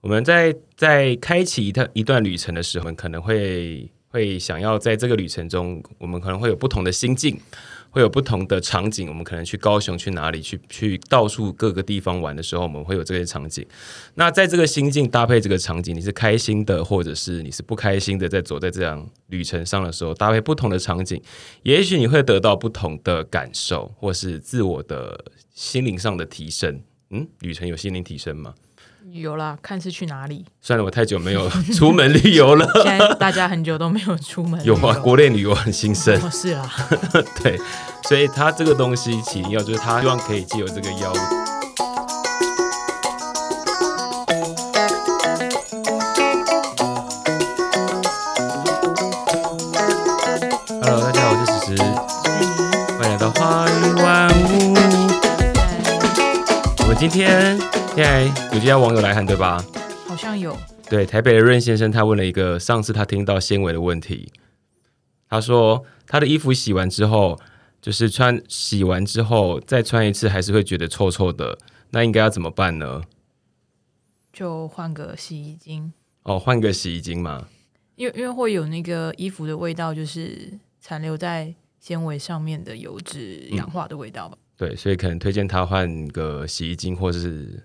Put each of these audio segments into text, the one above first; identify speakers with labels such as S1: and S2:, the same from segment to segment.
S1: 我们在在开启一段一段旅程的时候，我们可能会会想要在这个旅程中，我们可能会有不同的心境，会有不同的场景。我们可能去高雄，去哪里，去去到处各个地方玩的时候，我们会有这些场景。那在这个心境搭配这个场景，你是开心的，或者是你是不开心的，在走在这样旅程上的时候，搭配不同的场景，也许你会得到不同的感受，或是自我的心灵上的提升。嗯，旅程有心灵提升吗？
S2: 有啦，看是去哪里。
S1: 算了，我太久没有 出门旅游了。
S2: 现在大家很久都没有出门旅
S1: 有
S2: 游，
S1: 啊，国内旅游很兴 盛，
S2: 哦是啦。
S1: 对，所以他这个东西起要就是他希望可以借由这个邀。Hello，大家好，我是石石，欢迎来到花语万物。我们今天现在有这家网友来函对吧？
S2: 好像有，
S1: 对，台北的任先生，他问了一个上次他听到纤维的问题。他说他的衣服洗完之后，就是穿洗完之后再穿一次，还是会觉得臭臭的。那应该要怎么办呢？
S2: 就换个洗衣精，
S1: 哦，换个洗衣精嘛。
S2: 因为因为会有那个衣服的味道，就是残留在纤维上面的油脂氧化的味道吧，
S1: 对，所以可能推荐他换个洗衣精，或是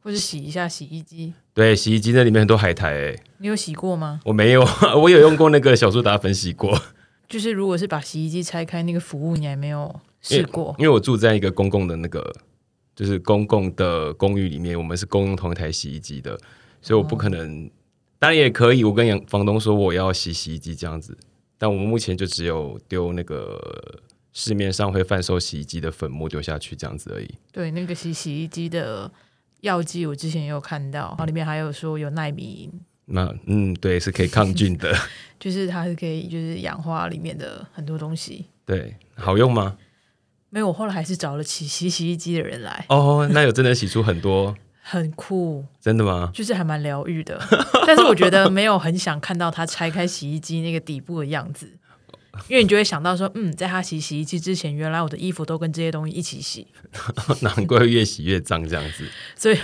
S2: 或是洗一下洗衣机。
S1: 对洗衣机那里面很多海苔诶，
S2: 你有洗过吗？
S1: 我没有， 我有用过那个小苏打粉洗过，
S2: 就是如果是把洗衣机拆开那个服务，你还没有试过
S1: 因为我住在一个公共的那个就是公共的公寓里面，我们是共用同一台洗衣机的，所以我不可能。当然也可以，我跟养房东说我要洗洗衣机这样子，但我们目前就只有丢那个市面上会贩售洗衣机的粉末丢下去这样子而已。
S2: 对，那个洗洗衣机的药剂，我之前也有看到，然后里面还有说有耐米因，
S1: 那嗯，对，是可以抗菌的。
S2: 就是它是可以就是氧化里面的很多东西。
S1: 对，好用吗？
S2: 没有，我后来还是找了洗洗洗衣机的人来，
S1: 哦，那有真的洗出很多，
S2: 很酷，
S1: 真的吗？
S2: 就是还蛮疗愈的。 但是我觉得没有很想看到它拆开洗衣机那个底部的样子，因为你就会想到说，嗯，在它洗洗衣机之前，原来我的衣服都跟这些东西一起洗，
S1: 难怪越洗越脏这样子。
S2: 所以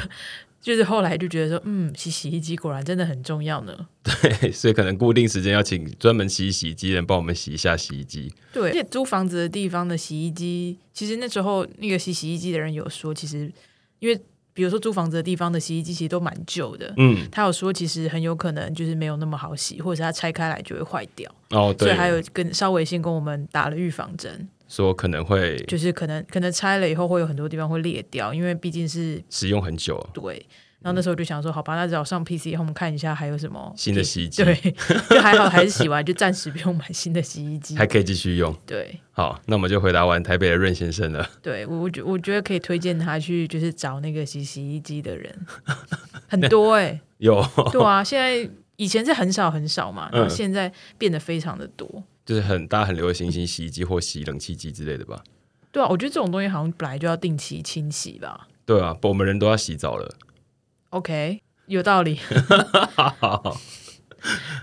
S2: 就是后来就觉得说，嗯，洗洗衣机果然真的很重要呢。
S1: 对，所以可能固定时间要请专门洗洗衣机的人帮我们洗一下洗衣机。
S2: 对，而且租房子的地方的洗衣机，其实那时候那个洗洗衣机的人有说，其实因为比如说租房子的地方的洗衣机其实都蛮旧的，
S1: 嗯，
S2: 他有说其实很有可能就是没有那么好洗，或者是它拆开来就会坏掉，
S1: 哦，
S2: 所以
S1: 对，
S2: 还有跟稍微先跟我们打了预防针，
S1: 说可能会
S2: 就是可能可能拆了以后会有很多地方会裂掉，因为毕竟是
S1: 使用很久，
S2: 对。然后那时候就想说，好吧，那只好上 PC 后我们看一下还有什么
S1: 嗯新的洗衣机
S2: 对， 就还好还是洗完，就暂时不用买新的洗衣机
S1: 还。可以继续用。
S2: 对，
S1: 好，那我们就回答完台北的任先生了。
S2: 对我，我觉我觉得可以推荐他去，就是找那个洗洗衣机的人，很多哎、
S1: 有，
S2: 对啊，现在以前是很少很少嘛，然后现在变得非常的多，
S1: 就是很大很流行洗洗衣机或洗冷气机之类的吧？
S2: 对啊，我觉得这种东西好像本来就要定期清洗吧
S1: 对啊，我们人都要洗澡了。
S2: ，OK，有道理。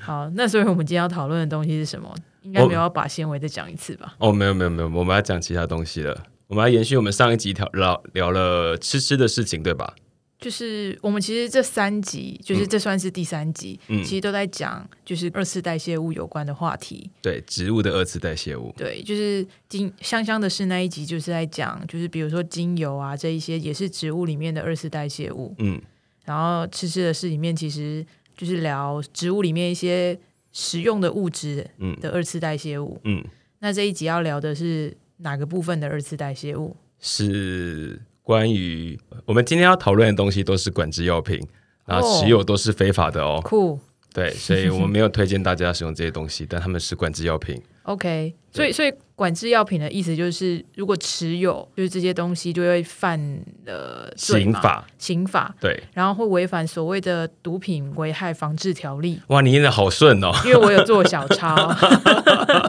S2: 好，那所以我们今天要讨论的东西是什么？应该没有要把纤维再讲一次吧？
S1: 哦，没有没有没有，我们要讲其他东西了。我们要延续我们上一集聊聊聊了吃吃的事情，对吧？
S2: 就是我们其实这三集，就是这算是第三集，
S1: 嗯
S2: 其实都在讲就是二次代谢物有关的话题。
S1: 对，植物的二次代谢物。
S2: 对，就是精香香的是那一集，就是在讲，就是比如说精油啊这一些也是植物里面的二次代谢物，
S1: 嗯，
S2: 然后吃吃的事里面其实就是聊植物里面一些食用的物质
S1: 嗯
S2: 的二次代谢物。
S1: 嗯，
S2: 那这一集要聊的是哪个部分的二次代谢物？
S1: 是关于我们今天要讨论的东西都是管制药品，然后
S2: 哦
S1: 持有都是非法的哦
S2: 酷
S1: 对，所以我们没有推荐大家使用这些东西，但他们是管制药品。
S2: ，OK。所
S1: 对
S2: 以，所以管制药品的意思就是，如果持有就是这些东西，就会犯呃罪
S1: 刑
S2: 嘛
S1: 法
S2: 刑法，
S1: 对，
S2: 然后会违反所谓的毒品危害防治条例。
S1: 哇，你念的好顺哦。
S2: 因为我有做小抄。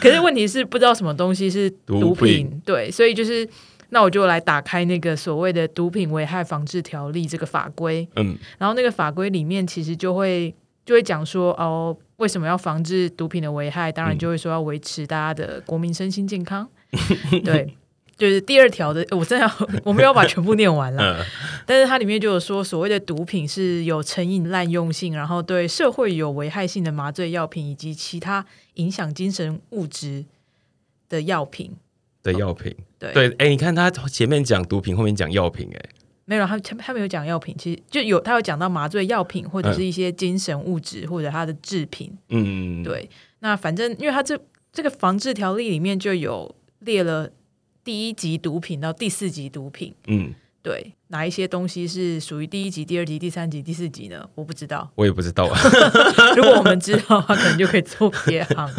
S2: 可是问题是不知道什么东西是毒
S1: 毒品
S2: 对，所以就是那我就来打开那个所谓的《毒品危害防治条例》这个法规，
S1: 嗯，
S2: 然后那个法规里面其实就会就会讲说哦。为什么要
S1: 嗯
S2: 防 治毒品的危害？当然就会说要维持大家的国民身心健康。对，就是第二条的，呃我真的要 我没有把全部念完了，
S1: 嗯
S2: 但是它里面就有说，所谓的毒品是有成瘾、滥用性，然后对社会有危害性的麻醉药品以及其他影响精神物质的药品。
S1: 的药品。
S2: 对，
S1: 对，哎，你看他前面讲毒品，后面讲药品，哎，
S2: 没有，他他他没有讲药品，其实就有他有讲到麻醉药品或者是一些精神物质或者它的制品。
S1: 嗯，，
S2: 对，那反正因为它这这个防治条例里面就有列了第一级毒品到第四级毒品，
S1: 嗯，，
S2: 对，哪一些东西是属于第一级、第二级、第三级、第四级呢？我不知道
S1: 我也不知 道啊，
S2: 如果我们知道的话，可能就可以做别行了。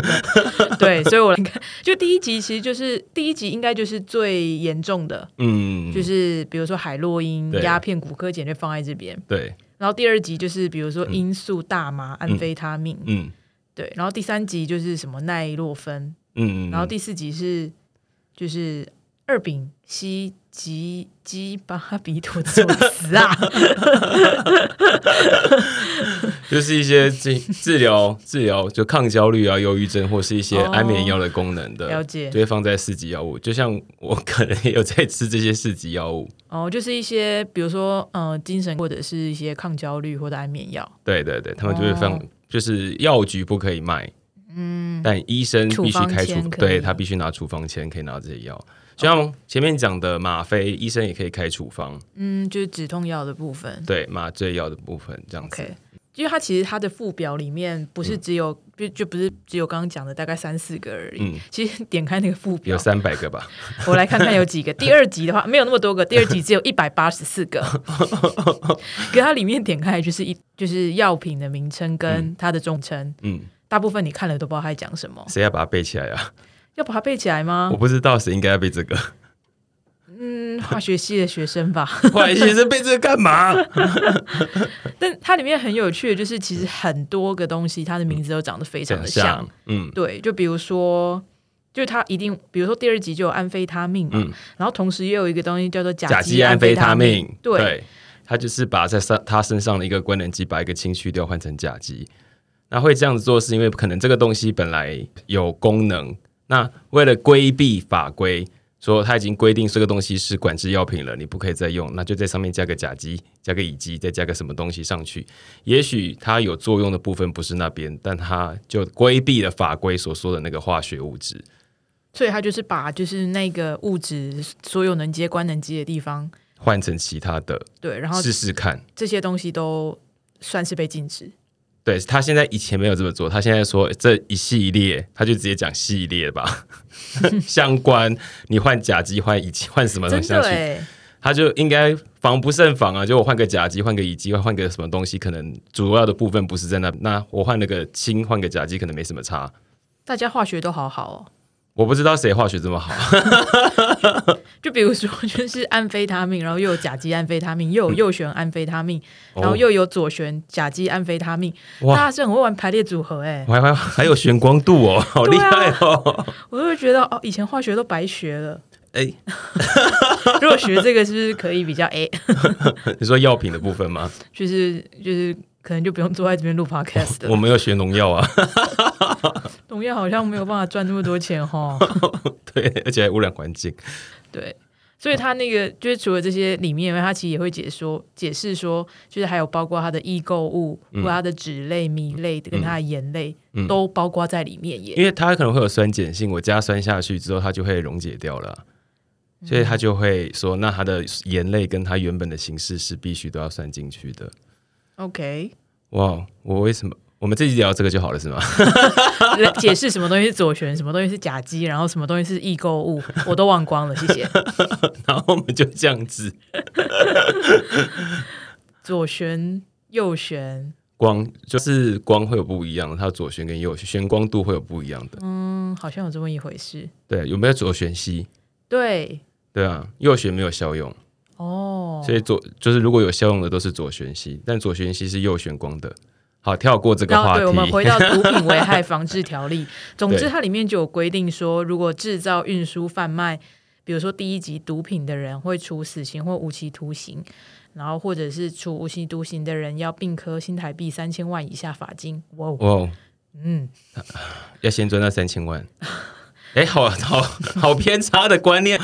S2: 对，所以我来看，就第一级其实就是第一级应该就是最严重的，
S1: 嗯，
S2: 就是比如说海洛因、
S1: 对
S2: 鸦片、骨科碱就放在这边，
S1: 对，
S2: 然后第二级就是比如说罂粟、大麻、安非他命，
S1: 嗯
S2: 对，然后第三级就是什么奈洛芬。
S1: 嗯，
S2: 然后第四集是就是二丙烯吉基巴比妥这种词啊，
S1: 就是一些治治疗治疗就抗焦虑啊、忧郁症或是一些
S2: 哦
S1: 安眠药的功能的，
S2: 了解
S1: 就会放在四级药物。就像我可能也有在吃这些四级药物，
S2: 哦，就是一些比如说呃精神或者是一些抗焦虑或者安眠药，
S1: 对对对，他们就会放，
S2: 哦
S1: 就是药局不可以卖，嗯，但医生必须开处
S2: 处方，签可以
S1: 对他必须拿处方签可以拿这些药。就像前面讲的吗啡，医生也可以开处方，
S2: 嗯，就是止痛药的部分。
S1: 对麻醉药的部分这样子。
S2: OK，因为它其实它的附表里面不
S1: 嗯
S2: 是只有、就就不是只有刚刚讲的大概三四个而已。
S1: 嗯
S2: 其实点开那个附表
S1: 有，三百个 吧，
S2: 我来看看有几个。第二集的话没有那么多个，第二集只 有一百八十四个。可它里面点开就是一就是药品的名称跟它的总称，
S1: 嗯，
S2: 大部分你看了都不知道它在讲什么。
S1: 谁要把它背起来啊？
S2: 要把它背起来吗
S1: 我？不知道谁应该要背这个，
S2: 嗯，化学系的学生 吧。
S1: 坏先生背这个干嘛？
S2: 但它里面很有趣的就是，其实很多个东西它的名字都长得非常
S1: 想
S2: 的像
S1: 象，嗯
S2: 对，就比如说，就它一定，比如说第二集就有安非他命嘛，
S1: 嗯，
S2: 然后同时又有一个东西叫做甲
S1: 甲
S2: 基
S1: 基
S2: 安
S1: 安
S2: 非
S1: 非
S2: 他
S1: 他
S2: 命
S1: 命，，
S2: 对，
S1: 他就是把在上他身上的一个官能基把一个氢去掉，换成甲基。那会这样子做，是因为可能这个东西本来有功能，那为了规避法规，说他已经规定这个东西是管制药品了，你不可以再用，那就在上面加个甲基，加个乙基，再加个什么东西上去。也许它有作用的部分不是那边，但它就规避了法规所说的那个化学物质。
S2: 所以它就是把就是那个物质所有能接、关能接的地方，
S1: 换成其他的
S2: 对，然后
S1: 试试看，
S2: 这些东西都算是被禁止。
S1: 对他现在以前没有这么做，他现在说这一系列，他就直接讲系列吧， 相关你换甲基换乙基换什么东
S2: 真
S1: 西
S2: 的
S1: 上去，
S2: 哎，
S1: 他就应该防不胜防啊！就我换个甲基，换个乙基，换个什么东西，可能主要的部分不是在那，那我换了个氢，换个甲基，可能没什么差。
S2: 大家化学都好好哦。
S1: 我不知道谁化学这么好，
S2: 就比如说，就是安非他命，然后又有甲基安非他命，又有右旋安非他命，然后又有左旋甲基安非他命，
S1: 哦哇
S2: 大家是很会玩排列组合哎、
S1: 我还还还有玄光度哦，好厉
S2: 啊
S1: 害哦！
S2: 我就会觉得哦，以前化学都白学了，
S1: 哎、
S2: 如果学这个是不是可以比较哎，
S1: 你说药品的部分吗？
S2: 就是就是可能就不用坐在这边录 podcast
S1: 我
S2: 了。
S1: 没有学农药啊，
S2: 农业好像没有办法赚那么多钱哈。
S1: 对，而且还污染环境。
S2: 对，所以他那个就是除了这些里面以外，他其实也会解说解释说，就是还有包括它的易购物，或它的脂类、米类跟它的盐类、都包括在里面耶。
S1: 因为它可能会有酸碱性，我加酸下去之后，它就会溶解掉了啊，所以
S2: 嗯
S1: 它就会说，那它的盐类跟它原本的形式是必须都要算进去的。
S2: OK，
S1: 哇，我为什么我们这集聊这个就好了是吗？
S2: 来解释什么东西是左旋，什么东西是甲基，然后什么东西是易购物，我都忘光了，谢谢。
S1: 然后我们就这样子，
S2: 左旋、右旋，
S1: 光就是光会有不一样，它左旋跟右旋旋光度会有不一样的。
S2: 嗯，好像有这么一回事。
S1: 对，有没有左旋吸？
S2: 对，
S1: 对啊，右旋没有效用，
S2: 哦，
S1: 所以左就是如果有效用的都是左旋吸，但左旋吸是右旋光的。好，跳过这个
S2: 然后
S1: 话题。
S2: 对，我们回到毒品危害防治 条例。总之，
S1: 对
S2: 它里面就有规定说，如果制造、运输、贩卖，比如说第一级毒品的人，会处死刑或无期徒刑，然后或者是处无期徒刑的人要并科新台币三千万以下罚金。哇哦，
S1: 哇哦，
S2: 嗯，
S1: 啊要先赚那三千万。哎，好好好偏差的观念，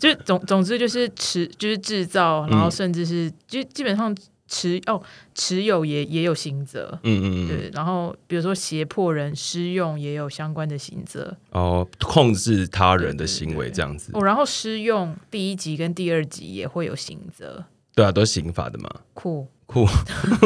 S2: 就是总总之就是持就是制造，然后甚至是、就基本上持哦持有也也有刑责。
S1: 嗯嗯嗯，
S2: 对，然后比如说胁迫人施用也有相关的刑责
S1: 哦，控制他人的行为这样子，
S2: 哦，然后施用第一集跟第二集也会有刑责，
S1: 对啊，都是刑法的嘛，
S2: 酷
S1: 酷，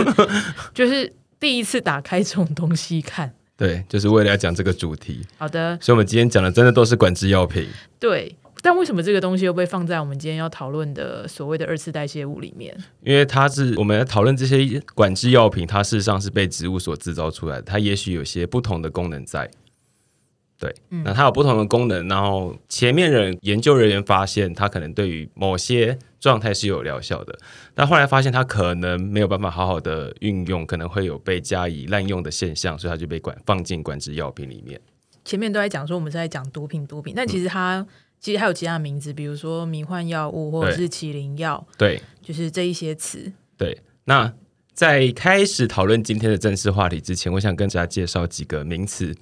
S2: 就是第一次打开这种东西看。
S1: 对，就是为了要讲这个主题，
S2: 好的，
S1: 所以我们今天讲的真的都是管制药品，
S2: 对，但为什么这个东西又被放在我们今天要讨论的所谓的二次代谢物里面？
S1: 因为它是我们要讨论这些管制药品，它事实上是被植物所制造出来的，它也许有些不同的功能在。对，那它有不同的功能，然后前面人研究人员发现，它可能对于某些状态是有疗效的，但后来发现它可能没有办法好好的运用，可能会有被加以滥用的现象，所以它就被管放进管制药品里面。
S2: 前面都在讲说我们是在讲毒品，毒品，但其实它、其实还有其他的名字，比如说迷幻药物或者是麒麟药，
S1: 对
S2: 就是这一些词。
S1: 对，那在开始讨论今天的正式话题之前，我想跟大家介绍几个名词。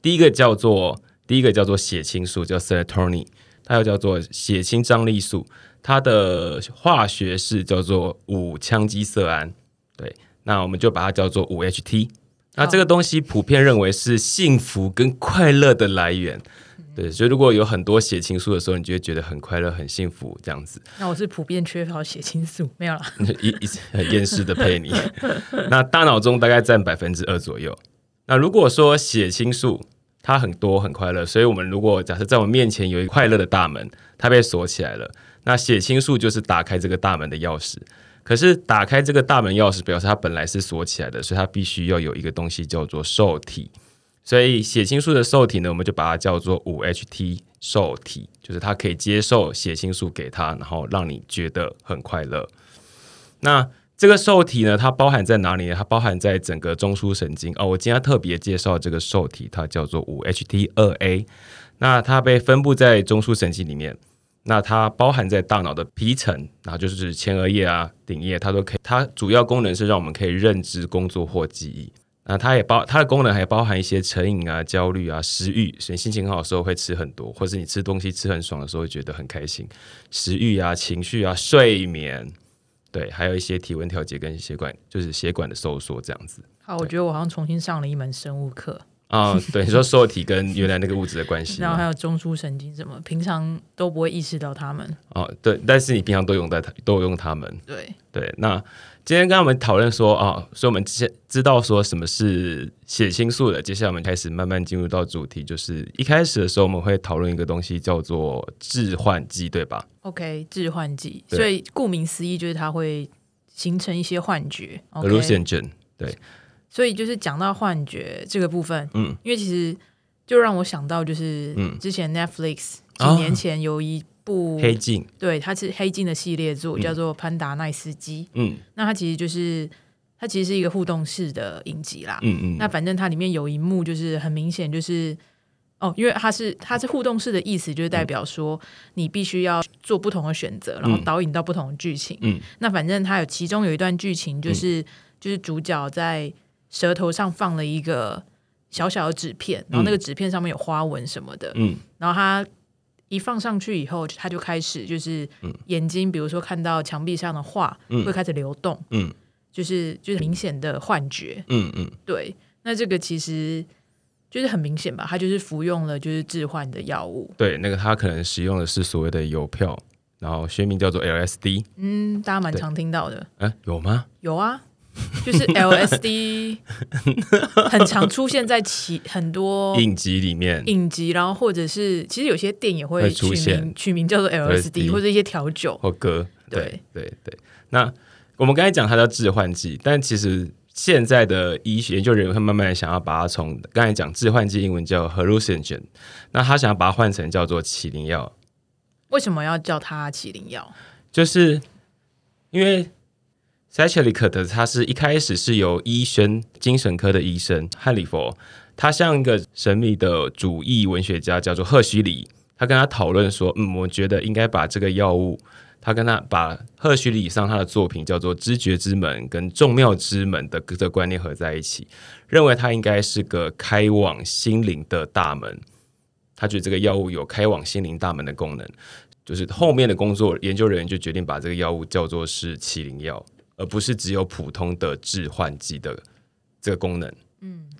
S1: 第一个叫做第一个叫做血清素，叫 serotonin，它又叫做血清张力素，它的化学式叫做五羟基色胺。对，那我们就把它叫做五 HT。那这个东西普遍认为是幸福跟快乐的来源。对，所以如果有很多血清素的时候，你就会觉得很快乐、很幸福这样子。
S2: 那我是普遍缺乏血清素，没有啦。
S1: 一一很厌世的配你。那大脑中大概占百分之二左右。那如果说血清素它很多很快乐，所以我们如果假设在我们面前有一个快乐的大门，它被锁起来了，那血清素就是打开这个大门的钥匙。可是打开这个大门钥匙，表示它本来是锁起来的，所以它必须要有一个东西叫做受体。所以血清素的受体呢，我们就把它叫做五 HT 受体，就是它可以接受血清素给它，然后让你觉得很快乐。那这个受体呢，它包含在哪里呢？它包含在整个中枢神经哦。我今天要特别介绍这个受体，它叫做五 HT 二 A。那它被分布在中枢神经里面，那它包含在大脑的皮层，然后就是前额叶啊、顶叶，它都可以。它主要功能是让我们可以认知、工作或记忆。那它也包它的功能还包含一些成瘾啊、焦虑啊、食欲。所以心情很好的时候会吃很多，或是你吃东西吃很爽的时候会觉得很开心。食欲啊、情绪啊、睡眠，对，还有一些体温调节跟血管，就是血管的收缩这样子。
S2: 好，我觉得我好像重新上了一门生物课，
S1: 啊、对，你说受体跟原来那个物质的关系
S2: 然后 还
S1: 吗，
S2: 有中枢神经什么，平常都不会意识到它们。
S1: 哦，对，但是你平常都用在它，都有用它们。
S2: 对，
S1: 对，那今天跟我们讨论说啊、所以我们之前知道说什么是血清素了。接下来我们开始慢慢进入到主题，就是一开始的时候我们会讨论一个东西叫做致幻剂，对吧？
S2: OK，致幻剂，
S1: 对
S2: 所以顾名思义就是它会形成一些幻觉。OK，
S1: ，hallucinogen，
S2: 所以就是讲到幻觉这个部分，
S1: 嗯，
S2: 因为其实就让我想到就是，
S1: 嗯
S2: 之前 Netflix 几
S1: 啊
S2: 年前有一部，
S1: 黑嗯镜，
S2: 对，它是黑镜的系列作，叫做《潘达奈斯基》。
S1: 嗯
S2: 那它其实就是它其实是一个互动式的影集啦。
S1: 嗯
S2: 那
S1: 嗯，
S2: 反正它里面有一幕就是很明显就是。哦，因为它是它是互动式的意思，就是代表说你必须要做不同的选择，然后
S1: 嗯
S2: 导引到不同的剧情。
S1: 嗯，
S2: 那反正它有其中有一段剧情，就是、就是主角在舌头上放了一个小小的纸片，然后那个纸片上面有花纹什么的，
S1: 嗯
S2: 然后他一放上去以后，他就开始就是
S1: 嗯
S2: 眼睛，比如说看到墙壁上的画、会开始流动，
S1: 嗯
S2: 就是就是明显的幻觉。
S1: 嗯嗯，
S2: 对，那这个其实就是很明显吧，他就是服用了就是致幻的药物。
S1: 对，那个他可能使用的是所谓的邮票，然后学名叫做 LSD，
S2: 嗯，大家蛮常听到的。
S1: 啊，有吗？
S2: 有啊，就是 LSD 很常出现在其很多
S1: 影集里面，
S2: 哦影集，然后或者是其实有些店也会
S1: 会
S2: 取
S1: 出现
S2: 名取名叫做 LSD 或者一些调酒。
S1: 或歌，
S2: 对
S1: 对对对。那我们刚才讲它叫致幻剂，但其实现在的医学研究人员会慢慢地想要把它从刚才讲致幻剂英文叫 hallucinogen，那他想要把它换成叫做麒麟药，
S2: 为什么要叫它麒麟药？
S1: 就是因为 s a c h e l i c 的他是一开始是由医生精神科的医生汉里佛，他像一个神秘的主义文学家，叫做赫胥黎，他跟他讨论说，嗯，我觉得应该把这个药物。他跟他把赫胥黎以上他的作品叫做《知觉之门》跟《众妙之门》的这个观念合在一起，认为它应该是个开往心灵的大门。他觉得这个药物有开往心灵大门的功能，就是后面的工作研究人员就决定把这个药物叫做是麒麟药，而不是只有普通的致幻剂的这个功能。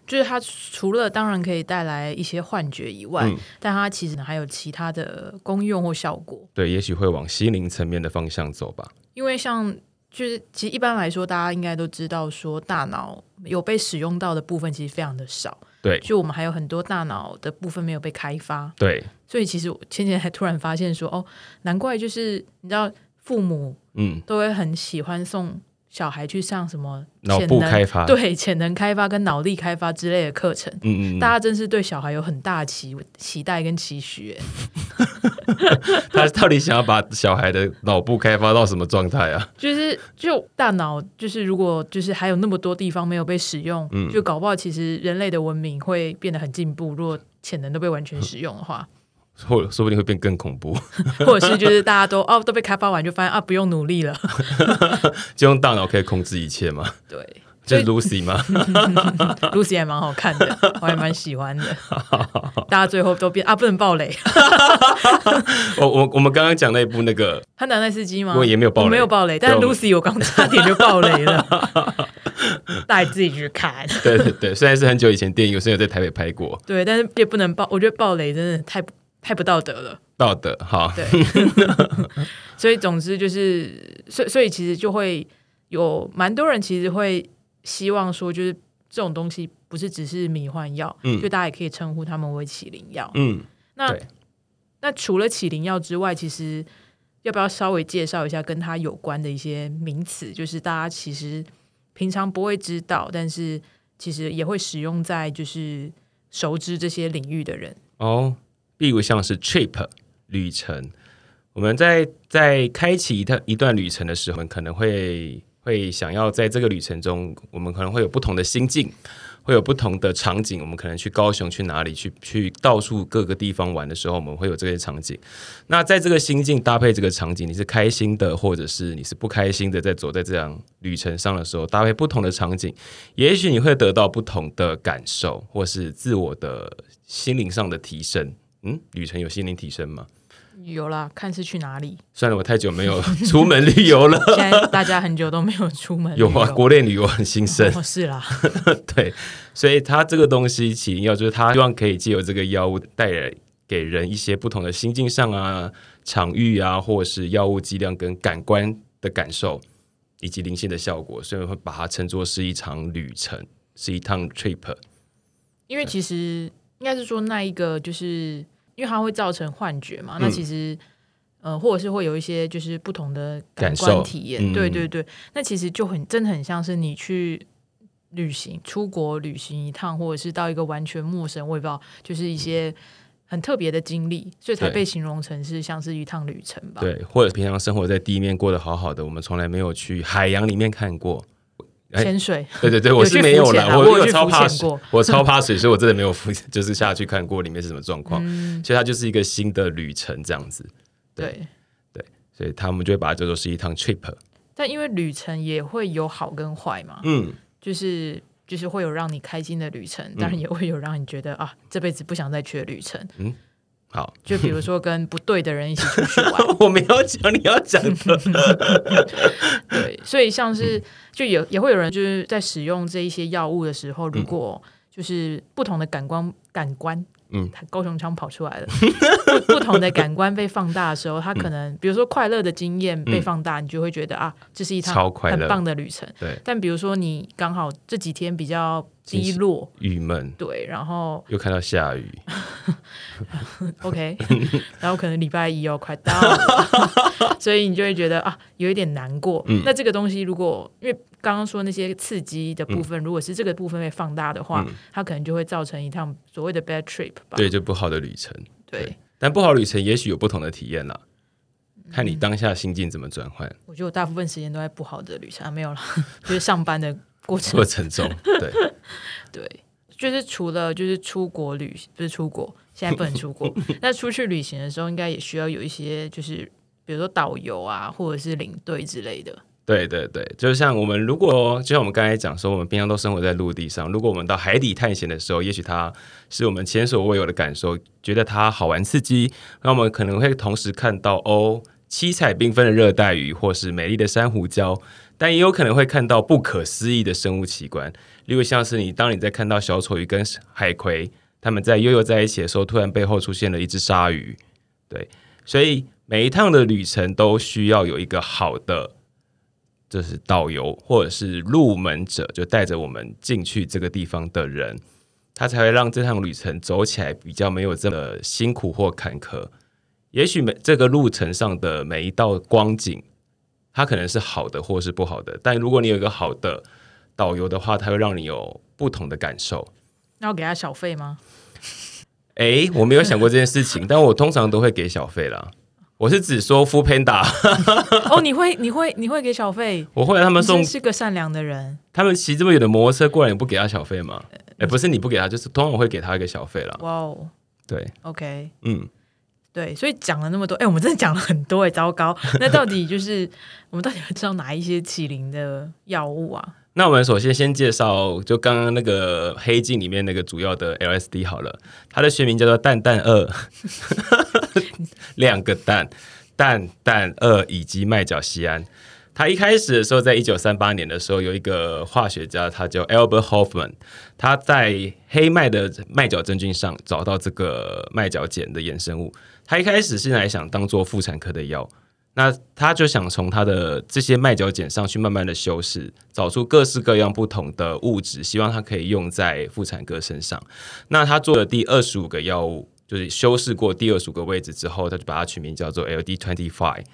S2: 就是它除了当然可以带来一些幻觉以外，
S1: 嗯
S2: 但它其实还有其他的功用或效果。
S1: 对，也许会往心灵层面的方向走吧。
S2: 因为像就是其实一般来说，大家应该都知道说大脑有被使用到的部分其实非常的少，
S1: 对
S2: 就我们还有很多大脑的部分没有被开发，
S1: 对，
S2: 所以其实我前几天还突然发现说，哦，难怪就是你知道父母
S1: 嗯，
S2: 都会很喜欢送。小孩去上什么
S1: 脑
S2: 潜
S1: 部
S2: 能
S1: 开发
S2: 对潜能开发跟脑力开发之类的课程，
S1: 啊嗯嗯
S2: 大
S1: 嗯，
S2: 家真是对小孩有很大期期待跟期许。哎
S1: 他到底想要把小孩的脑部开发到什么状态啊？
S2: 就是就大脑，就是如果就是还有那么多地方没有被使用，
S1: 嗯
S2: 就搞不好其实人类的文明会变得很进步。如果潜能都被完全使用的话，
S1: 或说不定会变更恐怖，
S2: 或者是就是大家都哦都被开发完，就发现啊不用努 力了。
S1: 就用大脑可以控制一切吗？
S2: 对
S1: 就是 Lucy 吗？
S2: ，Lucy 还蛮好看 的，我还蛮喜欢的。大家最后都变啊不能暴雷，
S1: 我我我们刚刚讲那一部那个，
S2: 他男奈斯基吗？
S1: 我也没有暴雷
S2: 我没有暴雷，但
S1: 对我
S2: Lucy 我刚差点就暴雷了， 大家自己去看。
S1: 对对对，虽然是很久以前电影，我虽然有在台北拍过，
S2: 对，但是也不能暴，我觉得暴雷真的太不太不道德了。
S1: 道德好，
S2: 对，所以总之就是，所以所以其实就会有蛮多人其实会希望说，就是这种东西不是只是迷幻药，
S1: 嗯
S2: 就大家也可以称呼他们为起灵药。
S1: 嗯，
S2: 那
S1: 对
S2: 那除了起灵药之外，其实要不要稍微介绍一下跟它有关的一些名词？就是大家其实平常不会知道，但是其实也会使用在就是熟知这些领域的人。
S1: 哦，例如像是 trip 旅程，我们在在开启一段一段旅程的时候，我们可能会会想要在这个旅程中，我们可能会有不同的心境，会有不同的场景。我们可能去高雄，去哪里去去到处各个地方玩的时候，我们会有这些场景。那在这个心境搭配这个场景，你是开心的，或者是你是不开心的，在走在这样旅程上的时候，搭配不同的场景，也许你会得到不同的感受，或是自我的心灵上的提升。嗯，旅程有心灵提升吗？
S2: 有啦，看是去哪里。
S1: 算了，我太久没有 出门旅游了。
S2: 现在大家很久都没有出门旅
S1: 有
S2: 游，
S1: 啊，国内旅游很兴盛，
S2: 哦是啦，
S1: 对，所以它这个东西起因药就是它希望可以借由这个药物带来给人一些不同的心境上啊、场域啊，或是药物剂量跟感官的感受，以及灵性的效果，所以会把它称作是一场旅程，是一趟 trip。
S2: 因为其实应该是说那一个就是因为它会造成幻觉嘛，
S1: 嗯
S2: 那其实。呃，或者是会有一些就是不同的感
S1: 感
S2: 官
S1: 受
S2: 体验，
S1: 嗯
S2: 对对对，那其实就很真的很像是你去旅行、出国旅行一趟，或者是到一个完全陌生，我也不知道，就是一些很特别的经历，所以才
S1: 对
S2: 被形容成是像是一趟旅程吧。
S1: 对，或者平常生活在地面过得好好的，我们从来没有去海洋里面看 过。哎
S2: 潜水，
S1: 对对对，我
S2: 去
S1: 是没
S2: 浮
S1: 有
S2: 潜
S1: 啦，
S2: 啊
S1: 我
S2: 我有
S1: 因为
S2: 去
S1: 超
S2: 浮
S1: 怕
S2: 潜
S1: 水
S2: 过，
S1: 我超怕水，所以我真的没有浮，就是下去看过里面是什么状况，所以它就是一个新的旅程这样子，对
S2: 对，
S1: 所以他们就会把它叫做是一趟 trip。
S2: 但因为旅程也会有好跟坏嘛，
S1: 嗯，
S2: 就是就是会有让你开心的旅程，当
S1: 嗯
S2: 然也会有让你觉得、啊，这辈子不想再去的旅程。
S1: 好，
S2: 就比如说跟不对的人一起出去玩，
S1: 我没有讲你要 讲的，
S2: 对，所以像是就也也会有人就是在使用这一些药物的时候，如果就是不同的感官感官。
S1: 嗯，
S2: 高雄腔跑出来了。不不同的感官被放大的时候，他
S1: 嗯
S2: 可能比如说快乐的经验被放大，你就会觉得啊，这是一趟
S1: 超快乐
S2: 很棒的旅程。
S1: 对，
S2: 但比如说你刚好这几天比较
S1: 心
S2: 低
S1: 情
S2: 落，
S1: 郁闷，
S2: 对，然 后
S1: 又看到下雨，
S2: OK，然后可能礼拜一哦快到了，所以你就会觉得啊有一点难过。那这个东西如果因为刚刚说那些刺激的部分，如果是这个部分被放大的话，它可能就会造成一趟所谓的 bad trip 吧。
S1: 对，就不好的旅程。
S2: 对，
S1: 但不好的旅程也许有不同的体验啦，看
S2: 嗯
S1: 你当下心境怎么转换
S2: 我觉得我大部分时间都在不好的旅程，啊、没有啦，就是上班的过程
S1: 过。程中，对。
S2: 对，就是除了就是出国旅，不是出国，现在不能出 国。那出去旅行的时候，应该也需要有一些就是比如说导游啊，或者是领队之类的。
S1: 对对对，就像我们如果就像我们刚才讲说，我们平常都生活在陆地上，如果我们到海底探险的时候，也许它是我们前所未有的感受，觉得它好玩刺激，那我们可能会同时看到哦七彩缤纷的热带鱼，或是美丽的珊瑚礁，但也有可能会看到不可思议的生物奇观，例如像是你当你在看到小丑鱼跟海葵它们在悠悠在一起的时候，突然背后出现了一只鲨鱼，对，所以每一趟的旅程都需要有一个好的。就是导游或者是入门者，就带着我们进去这个地方的人，他才会让这趟旅程走起来比较没有这么辛苦或坎坷。也许每这个路程上的每一道光景，它可能是好的或是不好的，但如果你有一个好的导游的话，它会让你有不同的感受。
S2: 那要给他小费吗？
S1: 诶，我没有想过这件事情，但我通常都会给小费啦。我是指说 f o o Panda，
S2: 哦，你会你会你会给小费？
S1: 我会让他
S2: 他
S1: 们送
S2: 是个善良的人，
S1: 他们骑这么远的摩托车过来，你不给他小费吗？哎、不是你不给他，就是通常我会给他一个小费啦。
S2: 哇哦
S1: 对，
S2: ，OK，
S1: 嗯，
S2: 对，所以讲了那么多，哎、我们真的讲了很多、哎，糟糕，那到底就是我们到底要知道哪一些起灵的药物啊？
S1: 那我们首先先介绍，就刚刚那个黑镜里面那个主要的 LSD 好了，它的学名叫做蛋蛋二， 两个蛋，蛋蛋二以及麦角西胺。它一开始的时候，在一九三八年的时候，有一个化学家，他叫 Albert Hoffman，他在黑麦的麦角真菌上找到这个麦角碱的衍生物。他一开始是来想当做妇产科的药，那他就想从他的这些麦角碱上去慢慢的修饰，找出各式各样不同的物质，希望它可以用在妇产科身上。那他做了第二十五个药物，就是修饰过第二十五个位置之后，他就把它取名叫做 LD twenty five。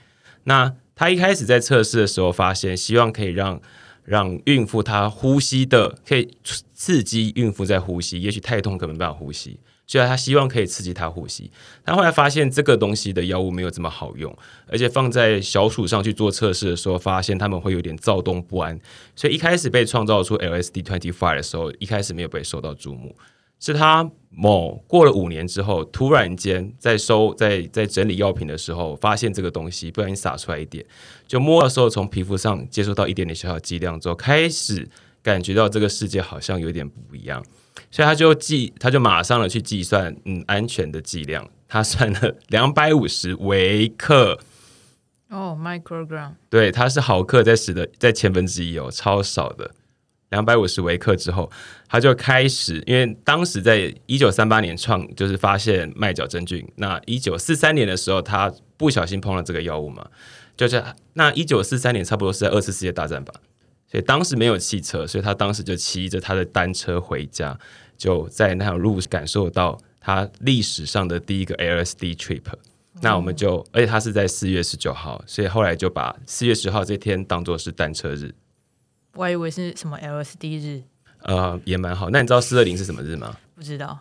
S1: 那他一开始在测试的时候发现，希望可以让让孕妇她呼吸的可以刺激孕妇在呼吸，也许太痛可能没办法呼吸，所以他希望可以刺激她呼吸。但后来发现这个东西的药物没有这么好用，而且放在小鼠上去做测试的时候，发现它们会有点躁动不安，所以一开始被创造出 LSD twenty five 的时候，一开始没有被受到注目。是他某过了五年之后，突然间在收在在整理药品的时候，发现这个东西不小心洒出来一点，就摸的时候从皮肤上接触到一点点小小剂量之后，开始感觉到这个世界好像有点不一样，所以他就计他就马上的去计算嗯安全的剂量，他算了 两百五十微克，
S2: 哦、m i c r o g r a m
S1: 对，它是毫克在十的在千分之一哦，超少的。两百五十微克之后，他就开始，因为当时在一九三八年创，就是发现麦角真菌。那一九四三年的时候，他不小心碰了这个药物嘛，就是那一九四三年差不多是在二次世界大战吧，所以当时没有汽车，所以他当时就骑着他的单车回家，就在那条路感受到他历史上的第一个 LSD trip。那我们就，而且他是在四月十九号，所以后来就把四月十号这天当做是单车日。
S2: 我还以为是什么 LSD 日，
S1: 呃，也蛮好。那你知道四二零是什么日吗？
S2: 不知道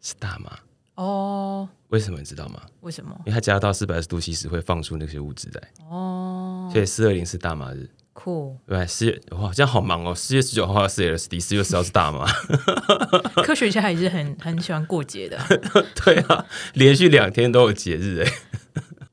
S1: 是大麻。
S2: 哦
S1: 为什么你知道吗？
S2: 为什么
S1: 因为它加到四百二十度 C 时会放出那些物质来，
S2: 哦
S1: 所以四二零是大麻日。
S2: 酷
S1: 对吧，四月哇，这样好忙哦。四月十九号是 LSD，四月十号是大麻。
S2: 科学家还是很很喜欢过节的。
S1: 对啊，连续两天都有节日哎。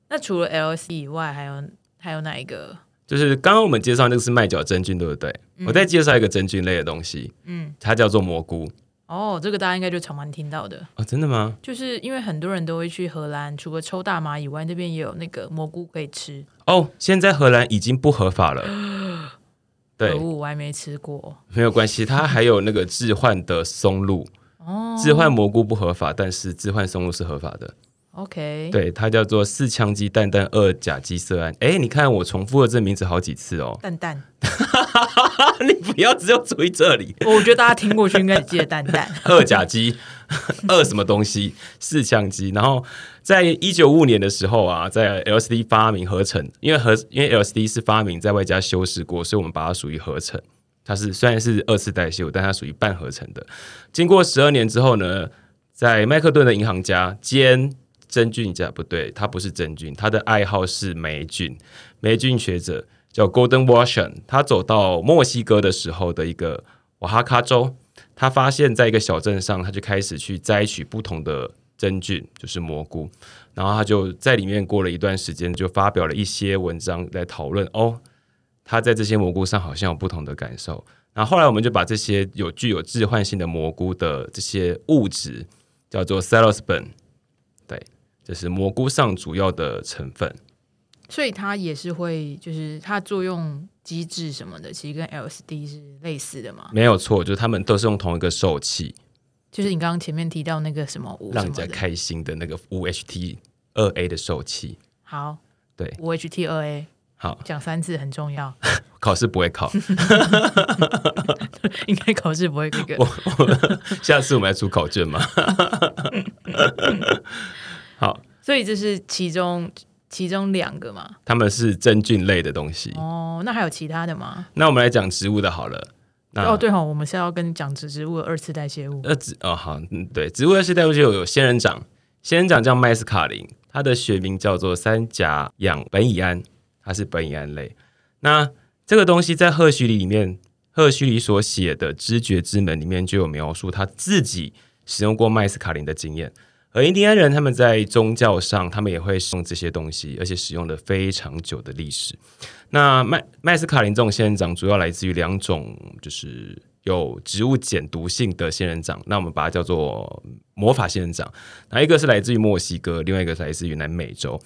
S2: 那除了 LSD 以外，还有还有哪一个？
S1: 就是刚刚我们介绍那个是麦角真菌，对不对？我再介绍一个真菌类的东西，
S2: 嗯，
S1: 它叫做蘑菇。
S2: 哦，这个大家应该就常常听到的，
S1: 哦，真的吗？
S2: 就是因为很多人都会去荷兰，除了抽大麻以外，那边也有那个蘑菇可以吃。
S1: 哦，现在荷兰已经不合法 了。对
S2: 可，恶，我还没吃过。
S1: 没有关系，它还有那个置换的松露，
S2: 哦
S1: 置换蘑菇不合法，但是置换松露是合法的。
S2: ，OK，，
S1: 对，它叫做四羟基氮氮二甲基色胺。哎，你看我重复了这名字好几次哦，
S2: 蛋蛋，
S1: 你不要只有注意这里，
S2: 哦我觉得大家听过去应该只记得蛋蛋。
S1: 二甲基， 二什么东西？四羟基。然后在一九五五年的时候啊，在 LSD 发明合成，因为合因为 LSD 是发明在外加修饰过，所以我们把它属于合成。它是虽然是二次代谢物，但它属于半合成的。经过十二年之后呢，在麦克顿的银行家兼真菌家不对，他不是真菌，他的爱好是霉菌。霉菌学者叫 Golden Washan，他走到墨西哥的时候的一个瓦哈卡州，他发现在一个小镇上，他就开始去摘取不同的真菌，就是蘑菇，然后他就在里面过了一段时间，就发表了一些文章来讨论哦。它在这些蘑菇上好像有不同的感受。然后后来我们就把这些有具有置换性的蘑菇的这些物质叫做 psilocybin，对，这是蘑菇上主要的成分。
S2: 所以它也是会，就是它作用机制什么的，其实跟 LSD 是类似的嘛。
S1: 没有错，就是他们都是用同一个受器，
S2: 就是你刚刚前面提到那个什么五
S1: 让
S2: 什
S1: 人
S2: 么
S1: 家
S2: 的，
S1: 开心的那个 UHT 二 A 的受器。
S2: 好，
S1: 对
S2: 五 HT 二 A
S1: 好，
S2: 讲三次很重要，
S1: 考试不会考，
S2: 应该考试不会这个。
S1: 下次我们来出考卷嘛。好，
S2: 所以这是其中其中两个嘛。
S1: 他们是真菌类的东西。
S2: 哦，那还有其他的吗？
S1: 那我们来讲植物的好了。那
S2: 哦，对哈、哦，我们是要跟讲植植物的二次代谢物。
S1: 呃，植哦好，嗯，对，植物的世代就有有仙人掌，仙人掌叫麦斯卡林，它的学名叫做三甲氧苯乙胺，它是苯乙胺类。那这个东西在赫胥黎里面，赫胥黎所写的《知觉之门》里面就有描述他自己使用过麦斯卡林的经验。而印第安人他们在宗教上，他们也会使用这些东西，而且使用了非常久的历史。那麦麦斯卡林这种仙人掌主要来自于两种，就是有植物碱毒性的仙人掌，那我们把它叫做魔法仙人掌。那一个是来自于墨西哥，另外一个是来自于南美洲。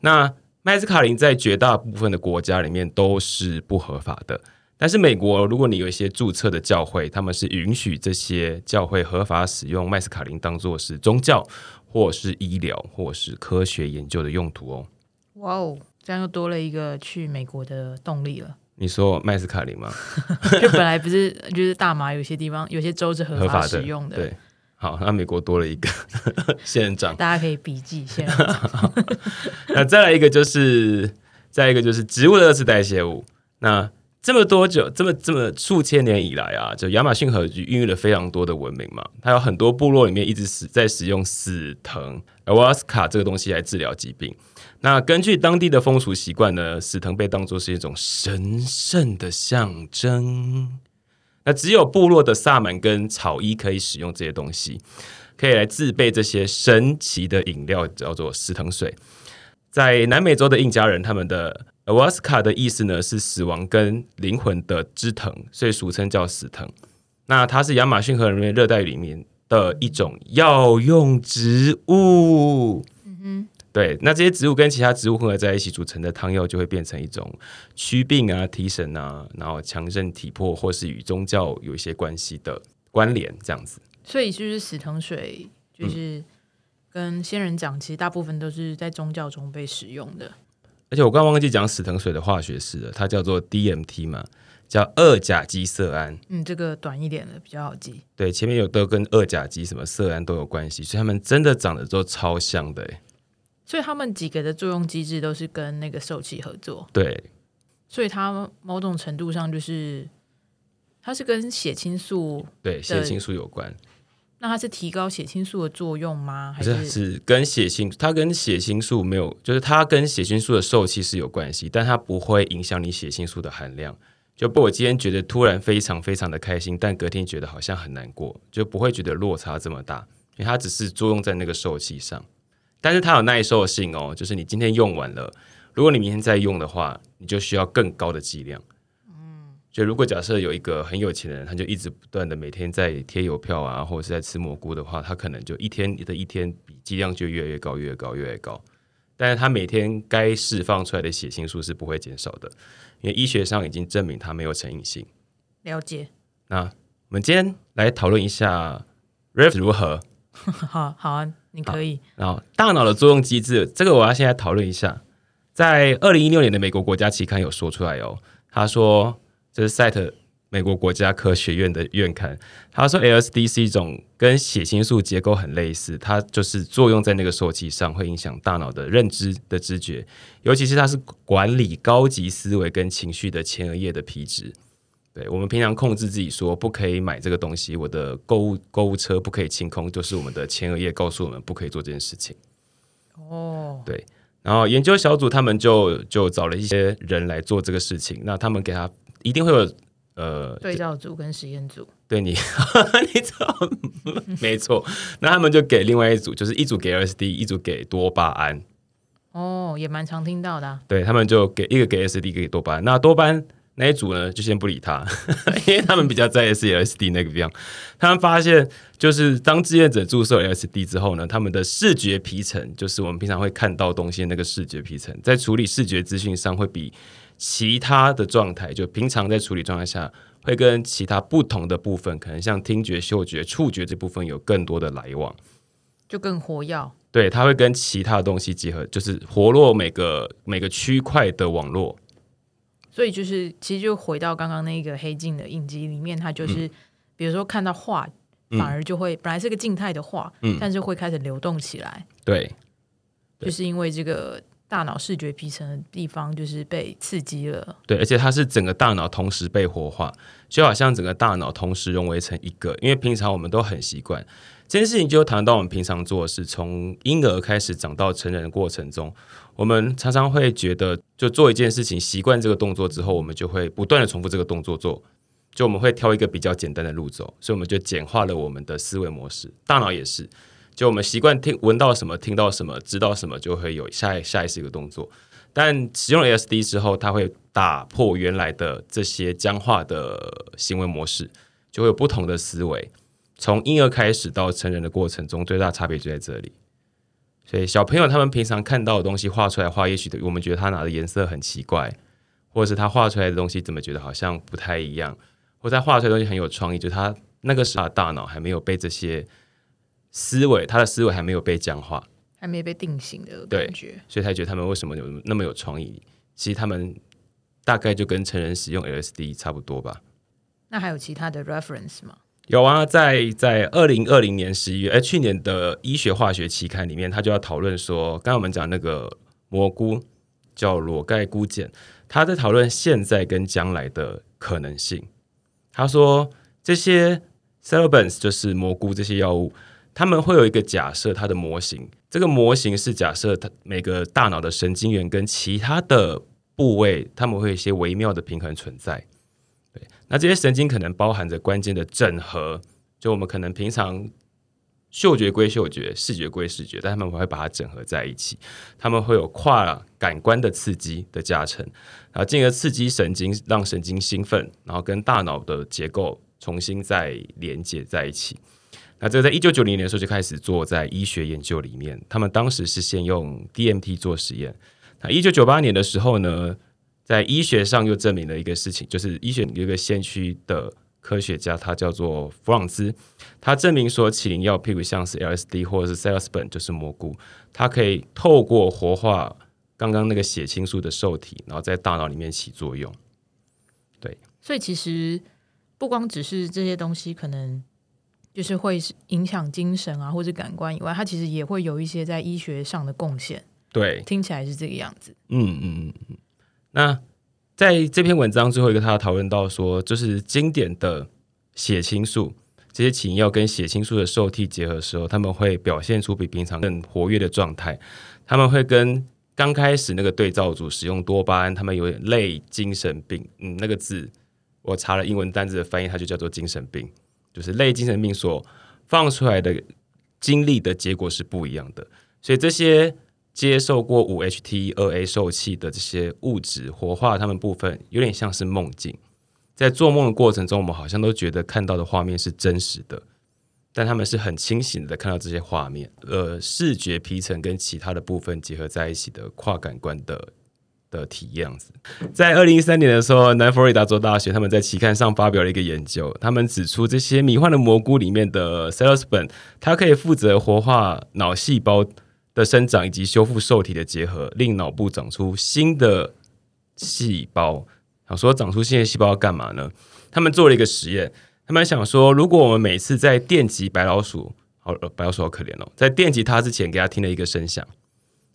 S1: 那麦斯卡林在绝大部分的国家里面都是不合法的，但是美国如果你有一些注册的教会，他们是允许这些教会合法使用麦斯卡林当做是宗教或是医疗或是科学研究的用途哦。
S2: 哇哦，这样又多了一个去美国的动力 了。
S1: 你说麦斯卡林吗？
S2: 就本来不是就是大麻有些地方有些州是合
S1: 合法
S2: 法
S1: 的，
S2: 使用的，
S1: 对，好，那美国多了一个 仙人掌。
S2: 大家可以笔记 一下。
S1: 那再来一个就是，再来一个就是植物的二次代谢物。那这么多久，这么这么数千年以来啊，就亚马逊河孕育了非常多的文明嘛。它有很多部落里面一直使在使用死藤 （ayahuasca） 这个东西来治疗疾病。那根据当地的风俗习惯呢，死藤被当作是一种神圣的象征。那只有部落的萨满跟草衣可以使用这些东西，可以来自备这些神奇的饮料，叫做死藤水。在南美洲的印加人，他们的 Ayahuasca 的意思呢是死亡跟灵魂的枝藤，所以俗称叫死藤。那它是亚马逊河里面热带雨里面的一种药用植物。对，那这些植物跟其他植物混合在一起组成的汤药，就会变成一种祛病啊、提神啊，然后强身体魄，或是与宗教有一些关系的关联，这样子。
S2: 所以就是死藤水，
S1: 嗯
S2: 就是跟仙人掌，其实大部分都是在宗教中被使用的。
S1: 而且我刚忘记讲死藤水的化学式了，它叫做 DMT 嘛，叫二甲基色胺。
S2: 嗯，这个短一点的比较好记。
S1: 对，前面有都跟二甲基、什么色胺都有关系，所以他们真的长得都超像的欸。
S2: 所以他们几个的作用机制都是跟那个受气合作，
S1: 对，
S2: 所以它某种程度上就是它是跟血清素，
S1: 对，血清素有关，
S2: 那它是提高血清素的作用吗？还
S1: 可是是跟血清，它跟血清素没有，就是它跟血清素的受气是有关系，但它不会影响你血清素的含量。就不，我今天觉得突然非常非常的开心，但隔天觉得好像很难过，就不会觉得落差这么大，因为它只是作用在那个受气上。但是它有耐受性哦，就是你今天用完了，如果你明天再用的话，你就需要更高的剂量。就如果假设有一个很有钱的人，他就一直不断的每天在贴邮票啊，或者是在吃蘑菇的话，他可能就一天的一天比剂量就越来越高，越来越高，越来越高。但是他每天该释放出来的血清素是不会减少的，因为医学上已经证明它没有成瘾性。
S2: 了解，
S1: 那我们今天来讨论一下 REF 如何，
S2: 好好啊，你可以。
S1: 然后大脑的作用机制，这个我要现在讨论一下。在二零一六年的美国国家期刊有说出来哦，他说这是赛特美国国家科学院的院刊，他说 LSD 是一种跟血清素结构很类似，它就是作用在那个受气上，会影响大脑的认知的知觉，尤其是它是管理高级思维跟情绪的前额叶的皮质。对我们平常控制自己说不可以买这个东西，我的购物购物车不可以清空，就是我们的前额叶告诉我们不可以做这件事情。
S2: 哦，
S1: 对，然后研究小组他们就就找了一些人来做这个事情，那他们给他一定会有呃，
S2: 对照组跟实验组，
S1: 对你， 你知道， 没错，那他们就给另外一组，就是一组给 LSD，一组给多巴胺，
S2: 哦，也蛮常听到的啊、
S1: 对他们就给一个给 LSD，一个给多巴胺，那多巴胺。那一组呢就先不理他， 因为他们比较在意的是 LSD 那个地方。他们发现，就是当志愿者注射 LSD 之后呢，他们的视觉皮层，就是我们平常会看到东西的那个视觉皮层，在处理视觉资讯上会比其他的状态，就平常在处理状态下，会跟其他不同的部分，可能像听觉、嗅觉、触觉这部分有更多的来往。
S2: 就更活跃。
S1: 对，它会跟其他的东西结合，就是活络每个每个区块的网络。
S2: 所以就是，其实就回到刚刚那个黑镜的影集里面，它就是，
S1: 嗯
S2: 比如说看到画，反而就会、本来是个静态的画，
S1: 嗯
S2: 但是会开始流动起来，
S1: 对，对
S2: 就是因为这个大脑视觉皮层的地方就是被刺激了。
S1: 对，而且它是整个大脑同时被活化，就好像整个大脑同时融为成一个。因为平常我们都很习惯这件事情，就谈到我们平常做的事，从婴儿开始长到成人的过程中，我们常常会觉得，就做一件事情，习惯这个动作之后，我们就会不断的重复这个动作做。就我们会挑一个比较简单的路走，所以我们就简化了我们的思维模式。大脑也是，就我们习惯听闻到什么、听到什么、知道什么，就会有下一下意识一个动作。但使用了 LSD 之后，它会打破原来的这些僵化的行为模式，就会有不同的思维。从婴儿开始到成人的过程中，最大差别就在这里。所以小朋友他们平常看到的东西画出来画，也许我们觉得他拿的颜色很奇怪，或者是他画出来的东西怎么觉得好像不太一样，或者他画出来的东西很有创意，就是他那个时候他的大脑还没有被这些思维，他的思维还没有被僵化。
S2: 还没被定型的
S1: 对
S2: 感觉，
S1: 所以才觉得他们为什么有那么有创意。其实他们大概就跟成人使用 LSD 差不多吧。
S2: 那还有其他的 reference 吗？
S1: 有啊，在在二零二零年十一月，哎，去年的医学化学期刊里面，他就要讨论说，刚刚我们讲那个蘑菇叫裸盖菇碱，他在讨论现在跟将来的可能性。他说这些 c e l b a n s 就是蘑菇这些药物，他们会有一个假设，它的模型，这个模型是假设它每个大脑的神经元跟其他的部位，他们会有一些微妙的平衡存在。对，那这些神经可能包含着关键的整合，就我们可能平常嗅觉归嗅觉，视觉归视觉，但他们会把它整合在一起，他们会有跨感官的刺激的加成，然后进而刺激神经，让神经兴奋，然后跟大脑的结构重新再连接在一起。那这个在一九九零年的时候就开始做在医学研究里面，他们当时是先用 DMT 做实验。那一九九八年的时候呢，在医学上又证明了一个事情，就是医学有一个先驱的科学家，他叫做弗朗兹，他证明说起灵药，譬如像是 LSD 或者是 c e l s b e n 就是蘑菇，它可以透过活化刚刚那个血清素的受体，然后在大脑里面起作用。
S2: 所以其实不光只是这些东西可能就是会是影响精神啊，或者感官以外，它其实也会有一些在医学上的贡献。
S1: 对，
S2: 听起来是这个样子。
S1: 嗯嗯嗯嗯。那在这篇文章最后一个，他讨论到说，就是经典的血清素这些起因药跟血清素的受体结合的时候，他们会表现出比平常更活跃的状态，他们会跟。刚开始那个对照组使用多巴胺，他们有点类精神病，嗯，那个字我查了英文单字的翻译，它就叫做精神病，就是类精神病所放出来的经历的结果是不一样的，所以这些接受过五 HT 二 A 受气的这些物质活化它们部分，有点像是梦境。在做梦的过程中，我们好像都觉得看到的画面是真实的，但他们是很清醒的看到这些画面。呃，视觉皮层跟其他的部分结合在一起的跨感官的的体验。样子在二零一三年的时候，南佛罗里达州大学他们在期刊上发表了一个研究，他们指出这些迷幻的蘑菇里面的 c e l s b e n 它可以负责活化脑细胞的生长以及修复受体的结合，令脑部长出新的细胞。想说长出新的细胞要干嘛呢？他们做了一个实验，他们想说，如果我们每次在电击白老鼠，好、呃白老鼠好可怜哦，在电击它之前给它听了一个声响，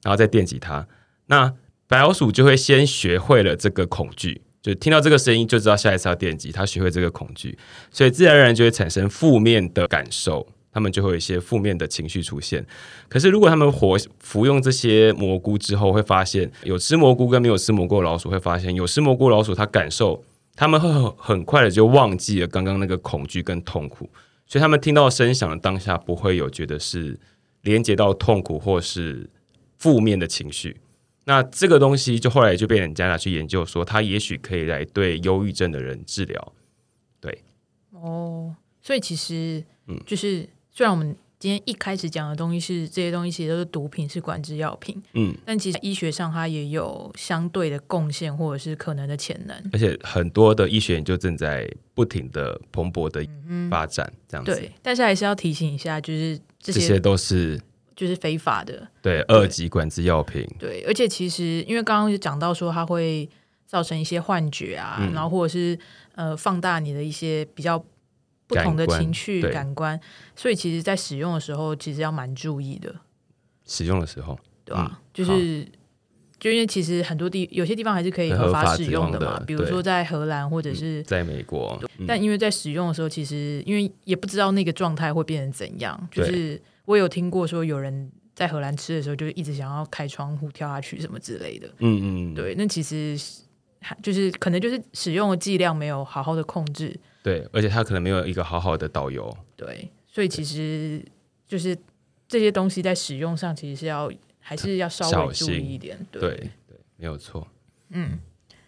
S1: 然后再电击它，那白老鼠就会先学会了这个恐惧。就听到这个声音就知道下一次要电击，它学会这个恐惧，所以自然而然就会产生负面的感受，他们就会有一些负面的情绪出现。可是如果他们活服用这些蘑菇之后，会发现有吃蘑菇跟没有吃蘑菇的老鼠会发现，有吃蘑菇的老鼠它感受，他们会很很快的就忘记了刚刚那个恐惧跟痛苦，所以他们听到声响的当下不会有觉得是连接到痛苦或是负面的情绪，那这个东西就后来就被人家拿去研究，说它也许可以来对忧郁症的人治
S2: 嗯
S1: 疗。
S2: 哦，所以其实，
S1: 嗯
S2: 就是、虽然我们今天一开始讲的东西是这些东西，其实都是毒品，是管制药品，
S1: 嗯，
S2: 但其实医学上它也有相对的贡献，或者是可能的潜能。
S1: 而且很多的医学研究正在不停的蓬勃的发展，这样子，
S2: 对，但是还是要提醒一下，就是
S1: 这
S2: 这些
S1: 些都是
S2: 就是非法的，
S1: 对二级管制药品，
S2: 对，而且其实因为刚刚有讲到说它会造成一些幻觉啊，
S1: 嗯
S2: 然后或者是呃放大你的一些比较不同的
S1: 感官
S2: 情绪
S1: 对
S2: 感官，所以其实在使用的时候其实要蛮注意的，
S1: 使用的时候，
S2: 对吧、
S1: 嗯
S2: 就是就因为其实很多地有些地方还是可以合
S1: 合
S2: 法
S1: 法
S2: 使
S1: 使
S2: 用
S1: 用
S2: 的
S1: 的
S2: 嘛，比如
S1: 对
S2: 说在荷兰或者是、
S1: 在美国，嗯
S2: 但因为在使用的时候，其实因为也不知道那个状态会变成怎样，就
S1: 对
S2: 是我有听过说有人在荷兰吃的时候，就一直想要开窗户跳下去什么之类的。
S1: 嗯嗯，
S2: 对，那其实是还就是可能就是使用的剂量没有好好的控制，
S1: 对，而且他可能没有一个好好的导游，
S2: 对，所以其实就是这些东西在使用上其实是要还是要稍微
S1: 小
S2: 注意
S1: 心
S2: 一点，对。
S1: 对对，没有错，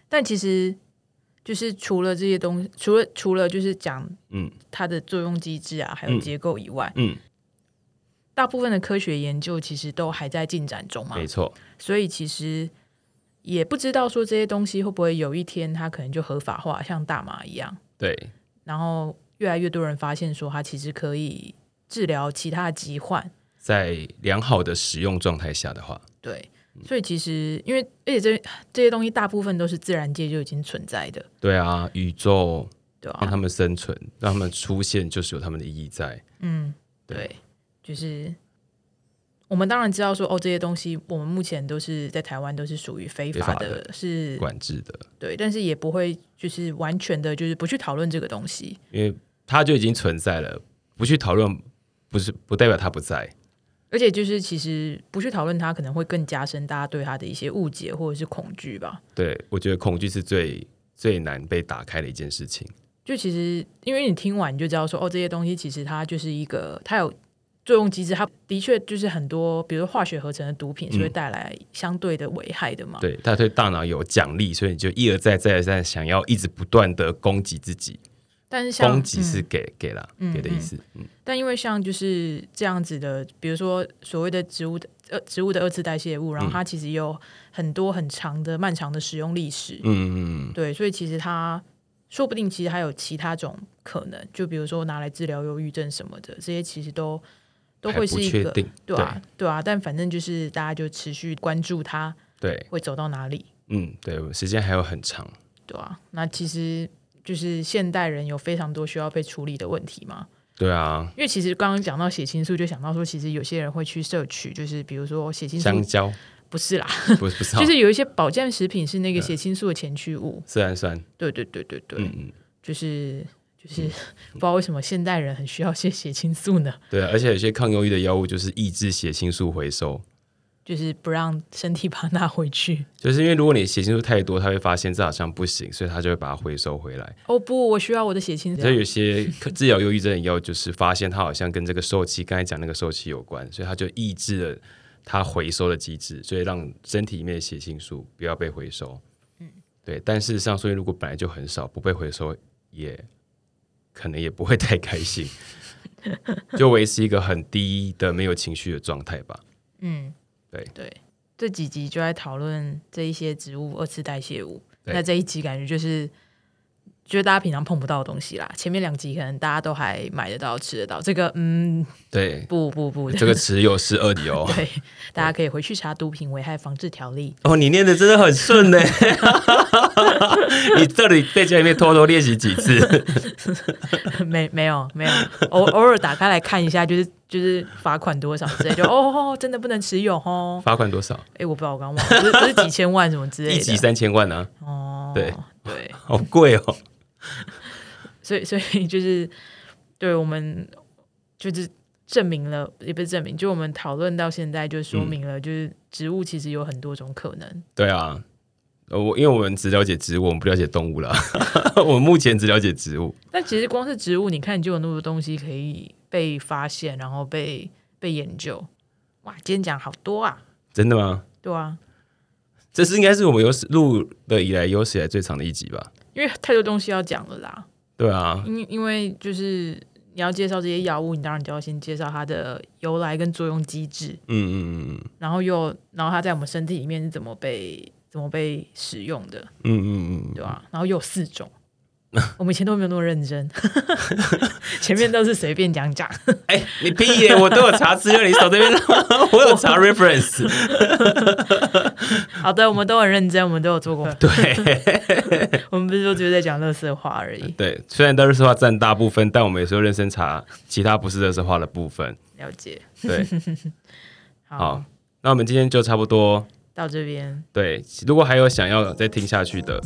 S2: 但其实就是除了这些东西，除了除了就是讲
S1: 嗯
S2: 它的作用机制啊，还有
S1: 嗯
S2: 结构以外，
S1: 嗯，
S2: 大部分的科学研究其实都还在进展中嘛，
S1: 没错，
S2: 所以其实也不知道说这些东西会不会有一天它可能就合法化，像大麻一样，
S1: 对
S2: 然后越来越多人发现说它其实可以治疗其他的疾患，
S1: 在良好的使用状态下的话，
S2: 对，所以其实因为而且这这些东西大部分都是自然界就已经存在的，
S1: 对啊，宇宙
S2: 对吧、
S1: 让他们生存，让他们出现，就是有他们的意义在。
S2: 嗯，
S1: 对
S2: 对，就是我们当然知道说哦，这些东西我们目前都是在台湾都是属于非
S1: 非
S2: 法
S1: 法
S2: 的，是
S1: 管制的，
S2: 对，但是也不会就是完全的，就是不去讨论这个东西。
S1: 因为它就已经存在了，不去讨论，不是不代表它不在。
S2: 而且就是，其实不去讨论它，可能会更加深大家对它的一些误解或者是恐惧吧。
S1: 对我觉得恐惧是最最难被打开的一件事情。
S2: 就其实，因为你听完你就知道说，哦，这些东西其实它就是一个，它有作用机制，它的确就是很多，比如说化学合成的毒品是会带来相对的危害的嘛。
S1: 嗯对，它对大脑有奖励，所以你就一而再、再而三地想要一直不断的攻击自己。
S2: 但是像
S1: 攻击是
S2: 嗯
S1: 给、给啦，
S2: 嗯
S1: 给的意思。
S2: 但因为像就是这样子的，比如说所谓的植物的呃植物的二次代谢物，然
S1: 嗯
S2: 后它其实有很多很长的漫长的使用历史。
S1: 嗯嗯嗯，
S2: 对，所以其实它说不定其实还有其他种可能，就比如说拿来治疗忧郁症什么的，这些其实都都会
S1: 还
S2: 是
S1: 不
S2: 一
S1: 确
S2: 个
S1: 定。
S2: 对啊对啊，但反正就是大家就持续关注它
S1: 对对，
S2: 会走到哪里，
S1: 嗯，对，时间还有很长。
S2: 对啊，那其实就是现代人有非常多需要被处理的问题嘛，
S1: 对啊，
S2: 因为其实刚刚讲到血清素，就想到说，其实有些人会去摄取，就是比如说血清素
S1: 香哦蕉
S2: 不 是啦，
S1: 不是不是，
S2: 就是有一些保健食品是那个血清素的前驱物。
S1: 自然酸。
S2: 对对对对对，
S1: 嗯嗯。
S2: 就是就是、不知道为什么现代人很需要些血清素呢，
S1: 对，啊而且有些抗忧郁的药物就是抑制血清素回收，
S2: 就是不让身体把它拿回去。
S1: 就是因为如果你血清素太多，他会发现这好像不行，所以他就会把它回收回来。
S2: 哦不，我需要我的血清素
S1: 所。以有些可治疗忧郁症的药，就是发现它好像跟这个受气，刚才讲那个受气有关，所以它就抑制了它回收的机制，所以让身体里面的血清素不要被回收。对。但事实上，所以如果本来就很少，不被回收也可能也不会太开心， 就维持一个很低的没有情绪的状态吧。
S2: 嗯，
S1: 对
S2: 对，这几集就在讨论这一些植物二次代谢物。
S1: 对
S2: 那这一集感觉就是，就是大家平常碰不到的东西啦。前面两集可能大家都还买得到、吃得到，这个嗯，
S1: 对，
S2: 不不不，
S1: 这个持有是二级哦。
S2: 对，大家可以回去查《毒品危害防治条例
S1: 哦，你念的真的很顺 呢。你到底在家里面偷偷练习几次？》
S2: 没没有没有，偶偶尔打开来看一下，就是就是罚款多少之类，就哦哦，真的不能持有哦。
S1: 罚款多少？
S2: 哎，我不知道，我刚忘了，不是不是几千万什么之类
S1: 一级
S2: 的。
S1: 三千万啊，
S2: 哦，
S1: 对
S2: 对，
S1: 好贵哦。
S2: 所以 所以就是对我们就是证明了，也不是证明，就我们讨论到现在就说明了，就是植物其实有很多种可能。
S1: 对啊，呃我因为我们只了解植物，我们不了解动物啦。 我们目前只了解植物，
S2: 但其实光是植物，你看你就有那么多东西可以被发现，然后被被研究。哇，今天讲好多啊，
S1: 真的吗？
S2: 对啊，
S1: 这是应该是我们有史录的以来有史以来最长的一集吧？
S2: 因为太多东西要讲了啦。
S1: 对啊，
S2: 因因为就是你要介绍这些药物，你当然就要先介绍它的由来跟作用机制，
S1: 嗯嗯嗯
S2: 然后又然后它在我们身体里面是怎么被怎么被使用的，
S1: 嗯嗯嗯
S2: 对吧、然后又有 四种。我们以前都没有那么认真， 前面都是随便讲 讲。
S1: 嗯，哎、你屁耶！我都有查资料，你手这边， 我有查 reference。
S2: 好的，我们都很认真，我们都有做过，
S1: 对
S2: 我们不是说只是在讲乐色话而已。
S1: 对，虽然都是话占大部分，但我们有时候认真查其他不是热色话的部分。
S2: 了解，
S1: 对，
S2: 好，
S1: 好，那我们今天就差不多。
S2: 到这边
S1: 对，如果还有想要再听下去的，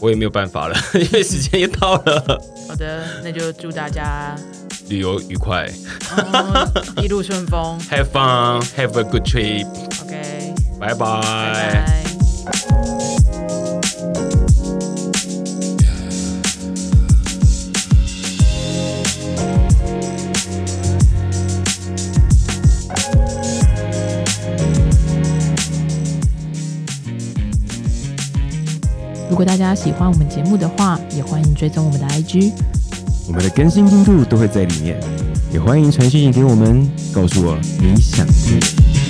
S1: 我也没有办法了， 因为时间也到了。
S2: 好的，那就祝大家、
S1: 旅游愉快
S2: 哦、一路顺风。
S1: ，Have fun, have a good trip，
S2: OK，
S1: 拜
S2: 拜
S1: 拜。
S2: 拜。如果大家喜欢我们节目的话，也欢迎追踪我们的 IG。
S3: 我们的更新进度都会在里面，也欢迎传讯息给我们，告诉我你想听的。